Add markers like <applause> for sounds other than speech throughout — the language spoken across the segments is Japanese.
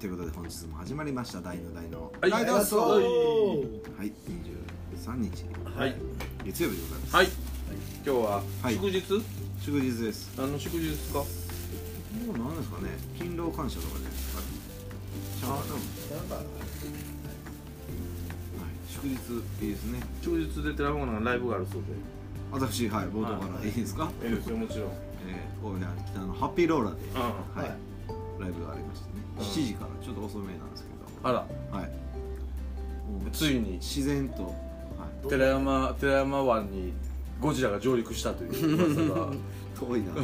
日も始まりました第の第のはいライダースははいい23日はい月曜日でございますはい今日ははい祝日、祝日です何の祝日ですかもう何ですかね勤労感謝とかじゃないですかちゃうかななんかはい祝日いいですね祝日でテラフォーマーのライブがあるそうで私はい冒頭かはらいいいですか、ええですよもちろんうんえー、大分北のハッピーローラーで、あはいはいライブがありましてねうん7時からちょっと遅めなんですけどらはいもうついに自然と、はい、 <laughs> 寺山寺山湾にゴジラが上陸したと <laughs> いう噂が遠 <laughs> いな遠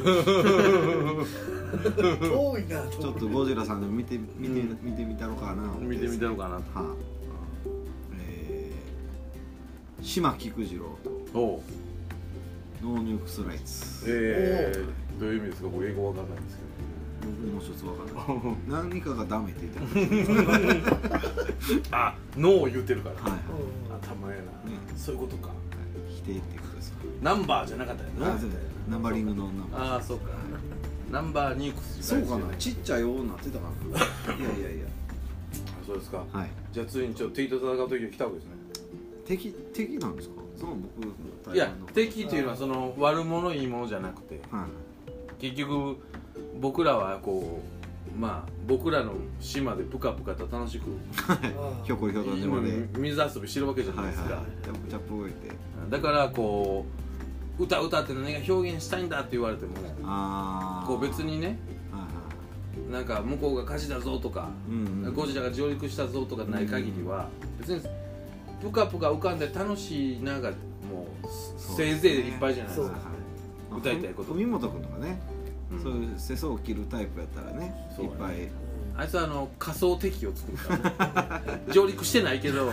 いなちとょっ思ってとゴジラさんでも見て見て、うん見てみたろうかな思って見てみたのかなとはい、えー、島菊次郎とおうノーニュークスライツえー、どういう意味ですか僕英語わかんないんです僕もう一つわからけど <laughs> ない何かがダメって言ってたあノーを言うてるからはい、はいうん頭ええうなそういうことか否定っていうことですよナンバーじゃなかったよななぜナンバリングのナンバーああそうかナンバーニュークスそうかなちっちゃいようになってたかないやいやいやあそうですかはいじゃあついにちょっと敵と戦う時が来たわけですね敵敵なんですかその僕の対いや話の敵というのはその悪者いいものじゃなくてはい結局僕らはこうまあ僕らの島でプカプカと楽しくあーひょこひょこ島でうん水遊びしてるわけじゃはないいはいですか、ジャップジャップ動いてだからこう歌歌って何が表現したいんだって言われてもああこう別にねはいはなんか向こうが火事だぞとか、いうんうんゴジラが上陸したぞとかない限りは、別にプカプカ浮かんで楽しいながもうせいぜいでいっぱいじゃないですそうかで、はい歌いたいこと文本君とかねうんそういう世相を切るタイプやったらねいそうっやねぱいあいつはあの仮想敵を作るから、ね、上陸してないけ <laughs> ど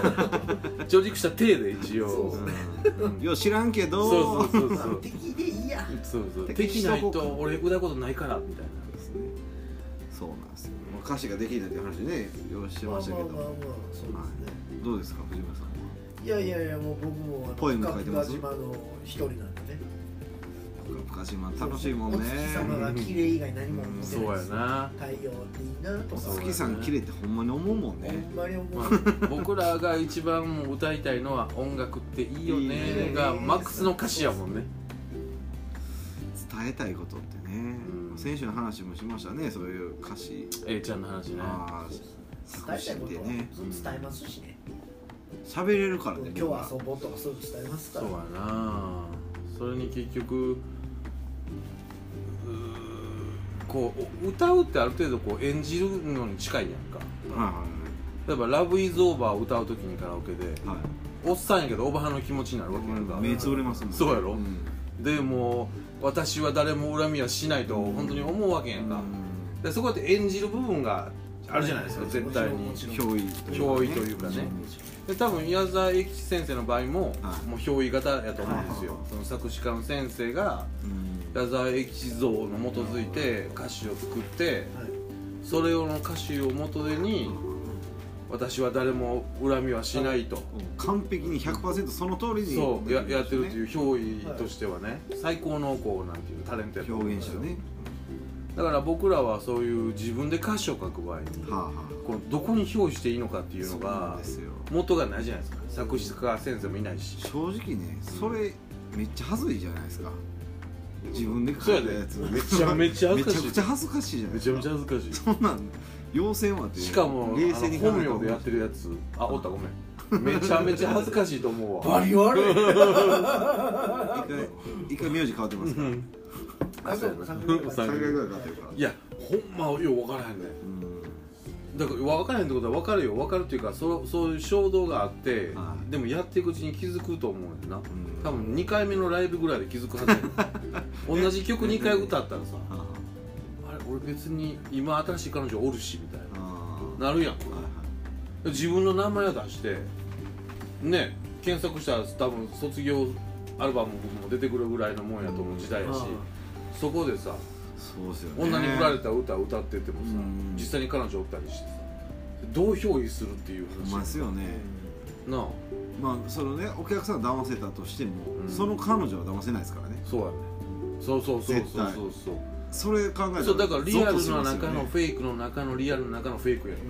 上陸した体で一応そううんよう知らんけどそうそうそううそんう敵でいいやそうそう敵敵しなとこいうかと俺歌うことないからみたいなですねそうなんですよまあ歌詞ができないっていう話ねようしてまあままあまあまあしそたけどうですねどうですか藤村さんはいやいやいやもう僕もあのポエム書いてます深島の一人なんでねぷかぷか島楽しいもんねお月様が綺麗以外何も思ってそうないやですな、太陽っていいなとかそうお月さん綺麗ってほんまに思うもんほねんまに思う、まあ、僕らが一番もう歌いたいのは「音楽っていいよいいねね」がマックスの歌詞やもんね伝えたいことってねうん先週の話もしましたねそういう歌詞 A ちゃんの話ねああ作伝えた詞いっことてはね伝えますしね、喋れるからね今日は遊ぼうとかそういうの伝えますかそうらやなそれに結局うーこう歌うってある程度こう演じるのに近いやんかは例えば「ラブイズオーバーを歌う時にカラオケでいはいはいおっさんやけどおばはんの気持ちになるわけやんか、目つぶれますもんそうやろんでもう私は誰も恨みはしないと本当に思うわけやんか、でそこって演じる部分があるじゃないですか絶対にもちろん憑依憑依というかねで多分宮沢英吉先生の場合も、はいもう憑依型やと思うんですはよいその作詞家の先生が矢沢永吉像の基づいて歌詞を作ってはいそれをの歌詞を元手に私は誰も恨みはしないと、完璧に100%その通りにそうややってるっていうう憑依としてはね、最高のこうなんていうタレントやと思うん表で現す者よねだから僕らはそういう自分で歌詞を書く場合にはあはあこのどこに憑依していいのかっていうのそうなんがですよ元がないじゃないですか作詞家先生もいないし正直ねそれめっちゃ恥ずいじゃないですか自分で書いたやつめちゃめちゃ恥めずちかしゃくいちゃ恥ずかしいじゃないめですちゃかめちゃ恥ずかしいそんなん要請はってしかも冷あ静にの考え本名でやってるやつあおったごめんめちゃめちゃ恥ずかしいと思うわバリ悪いた一回一回名字変わってますうからんあそうそう三や角な形3回ぐらい変わってるからいやほんまよう分からへんねうんだから分からへんってことは分かるよ分かるっていうかそそういう衝動があって、はいでもやっていくうちに気づくと思うねんなうん多分2回目のライブぐらいで気づくはず <laughs> や同じ曲2回歌ったらさはああれ俺別に今新しい彼女おるしみたいはあななるやんはいはい自分の名前を出してね検索したら多分卒業アルバムも出てくるぐらいのもんやと思う時代やし、そこでさそうですよね女に振られた歌を歌っててもさ、うん実際に彼女おったりしてさどう憑依するっていうほんま話ですよねなあまあそのねお客さんを騙せたとしても、うんその彼女は騙せないですからねそうやねそうそうそう絶そう対そうそうそれ考えたらそうだからリアルのゾッとします中よねのフェイクの中のリアルの中のフェイクやんう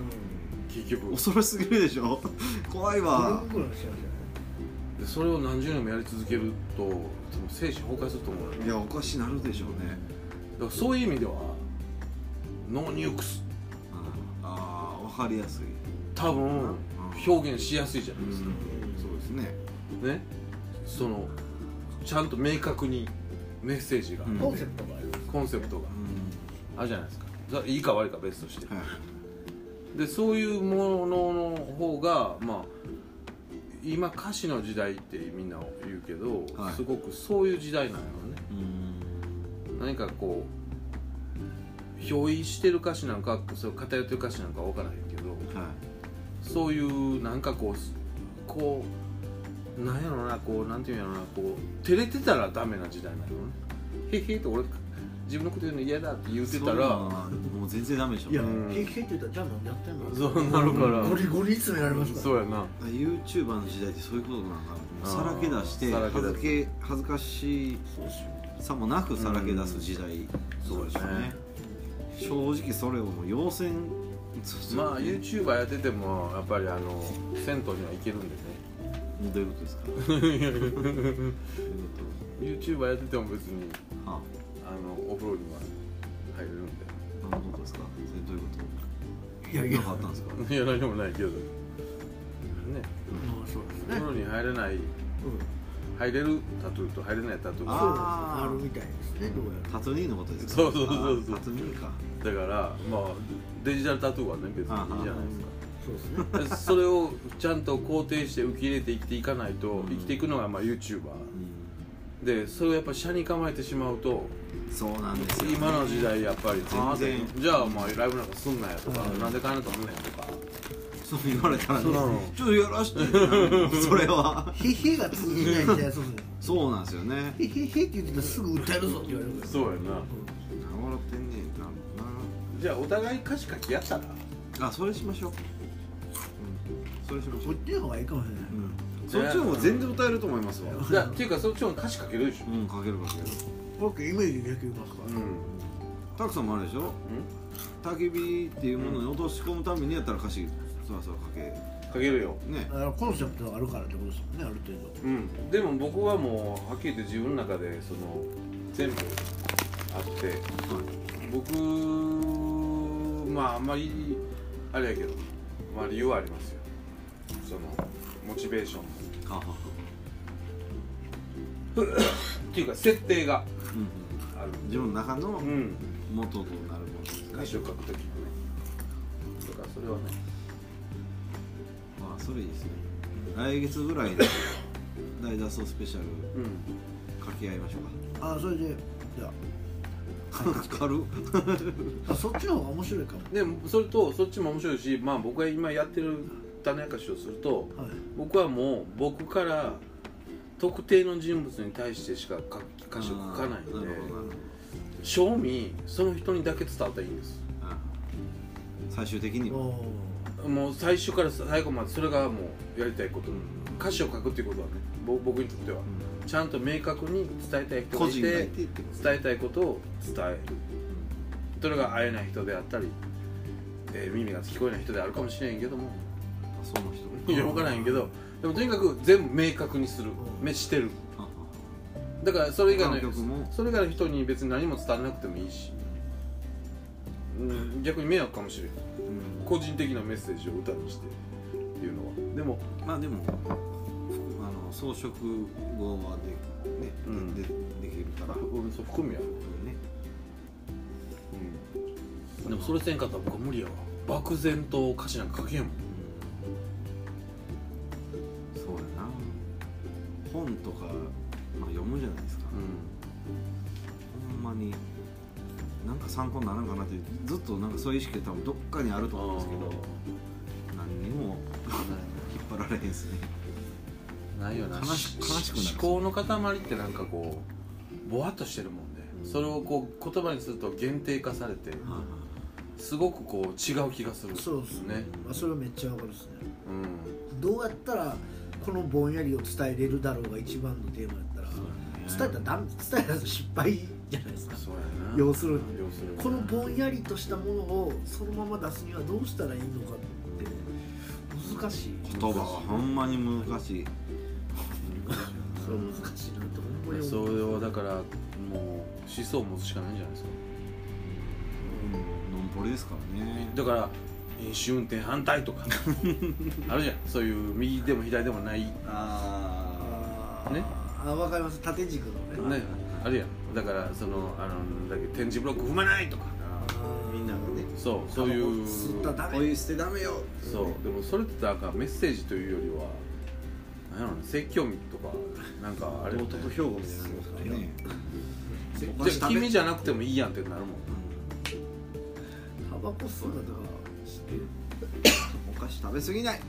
結局恐ろしすぎるでしょ <laughs> 怖いわブルンブルンしちゃうでそれを何十年もやり続けると多分精神崩壊すると思うよだいやおかしなるでしょうねからそういう意味ではノーニュークスうんああ分かりやすい多分表現しやすいじゃうないんですか、そうですねねそのちゃんと明確にメッセージが、うんじゃないコンセプトがありますコンセプトがうあるじゃないですかざいいか悪いか別としてんはいでそういうものの方がまあ今歌詞の時代ってみんな言うけど、はいすごくそういう時代なんやろねうん何かこう憑依してる歌詞なんかそれ偏ってる歌詞なんかは分からへんけどはそういうなんかこうすこうなんやろなこうなんていうんやろなこう照れてたらダメな時代なのねへへって俺自分のこと言うの嫌だって言っいてそたういうのらはもう全然ダメでしょいやうん経験って言ったらじゃあ何やってんのそうなるからゴリゴリに詰められますからそうやなユーチューバーの時代ってそういうことなんかもうさらけ出してあーさ恥らずけけ恥ずかしさもなくさらけ出す時代そうでしょうね正直それをもう要戦まあユー YouTuber やっててもやっぱりあの銭湯には行けるんでねどういうことですかどう <laughs> いうこ YouTuber やってても別にと <laughs> ああのお風呂には入れるんどういうことですかそれどういうこいやとい何やかあったんですかでいや何もないけどねまあそうですお風ね呂に入れないうん入れるタトゥーと入れないタトゥーあがーそうですねあるみたいですねどうやらタトゥーニーのことですかそうそうそうそうあータトゥーニーかだからまあデジタルタトゥーはね別にいいじゃないですかそうですねでそれをちゃんと肯定して受け入れて生きていかないと生きていくのがまあ YouTuber でそれをやっぱり社に構えてしまうとそうなんですよ今の時代やっぱり全然あーじゃあお前ライブなんかすんなやとかうんなんで金とんねんとかそう言われたらそうねなのちょっとやらしてってなるもんそれはへへが通じない時代そうですねそうなんですよねへへへって言ってたらすぐ訴えるぞって言われるからそうやな何笑ってんねんなるほじゃあお互い歌詞書き合ったらどなあそれしましょう、うん、それしましょこうっちの方がいいかもしれないうんそっちの方が全然歌えると思いますわいやっていうかそっちも歌詞書けるでしょうんかけるかける僕イメージできますかうらんたくさんもあるでしょ焚き火っていうものに落とし込むためにやったら歌詞そわそわかけ書けるよねあのコンセプトがあるからってことですもんねある程度うんでも僕はもうはっきり言って自分の中でその全部あって僕まああんまりあれやけどまあ理由はありますよそのモチベーションはははっていうか設定がうんある自分の中のうん元となるものですね歌詞を書くときもねとかそれはねあそれいいですね来月ぐ <laughs> らいで大脱走スペシャルうん掛け合いましょうあそれでじゃ <laughs> か軽っああそっちの方が面白いかもでもそれとそっちも面白いしまあ僕が今やってる種明かしをするとはい僕はもう僕から特定の人物に対してしか書歌詞を書かなあーいんでるほどなるほど正味その人にだけ伝わったらいいんですあ最終的にはおーもう最初から最後までそれがもうやりたいこと、歌詞を書くっていうことはねぼ僕にとってはちゃんと明確に伝えたい人個がい人がいててってこと伝えたいことを伝えるそれが会えない人であったり、えー耳が聞こえない人であるかもしれんけどもあその人いや分からへんけどでもとにかく全部明確にする目してるああだからそれ以外他のの曲もそれ以外の人に別に何も伝わらなくてもいいし、うん、逆に迷惑かもしれんうん個人的なメッセージを歌にしてっていうのはでもまあでもあの装飾語はで,、ねうんででできるから、ね俺そう含むや、でもそれせんかったら僕は無理やわ漠然と歌詞なんか書けんもんうんそうやな本とか、まあ、読むじゃないですか、ほんまになんか参考にならんかなってずっとなんかそういう意識が多分どっかにあると思うんですけど何にも引っ張られへんですねないよな悲し悲しくなる思考の塊ってなんかこうぼわっとしてるもんで、うんそれをこう言葉にすると限定化されてはいはいすごくこう違う気がするそうですねねあそれはめっちゃわかるですねうんどうやったらこのぼんやりを伝えれるだろうが一番のテーマやったらそう伝えやねたらダメ伝えたら失敗じゃないですかそうやな要するに要するにこのぼんやりとしたものをそのまま出すにはどうしたらいいのかって難しい言葉はほんまに難しいそれは難しいなってほんまに思そうれはだからもう思想を持つしかないんじゃないですかノンポリですからねだから飲酒運転反対と <laughs> かあるじゃんそういう右でも左でもないねああねあわかります縦軸のねあるやんだからそのあのなんだっけ点字ブロック踏まないとかあみんながねそうそういう吸ったらダメお湯捨てダメよそうでもそれってなんかメッセージというよりは何やろね説教みとかなんかあれ弟と兵庫みたいになりますからねお菓子じゃあ食べ君じゃなくてもいいやんってなるもん <laughs> タバコ吸うんだとか知ってるお菓子食べ過ぎない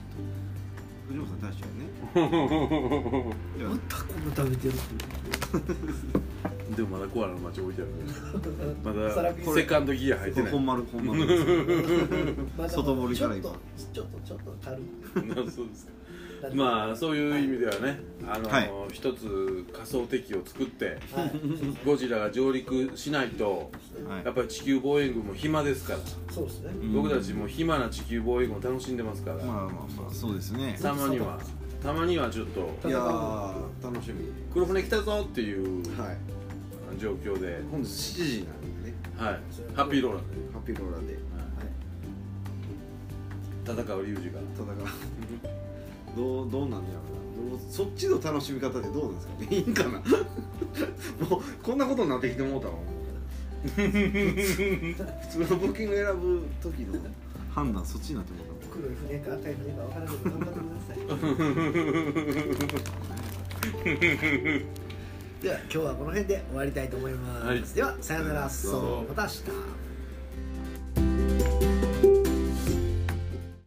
藤本さん大したよねいやまたこんな食べてるってでもまだコアラの街置いてあるまさらにだセカンドギア入ってない本丸本丸です <laughs> まだ外堀からちょ今っとちょっとちょっと足るそうですか <laughs> まあそういう意味ではね、あのはい一つ仮想敵を作ってあ、はい、ゴジラが上陸しないとはいやっぱり地球防衛軍も暇ですから、そうですねうん僕たちも暇な地球防衛軍を楽しんでますから、まあまあまあそうですねたまにはたまにはちょっといやー楽しみ黒船来たぞっていうはい状況で、今度7時なんでねはい、ハッピーローランでハッピーローラーで、戦うリュウジがただがどうどうなんやろうなどうそっちの楽しみ方でどうなんですかねいいんかなもうこんなことになってきてもうたわもう普通の募金を選ぶ時の判断そっちになってもう黒い船か赤い船か分からないけど頑張ってくださいでは今日はこの辺で終わりたいと思います、はいではさよならさよならそうまた明日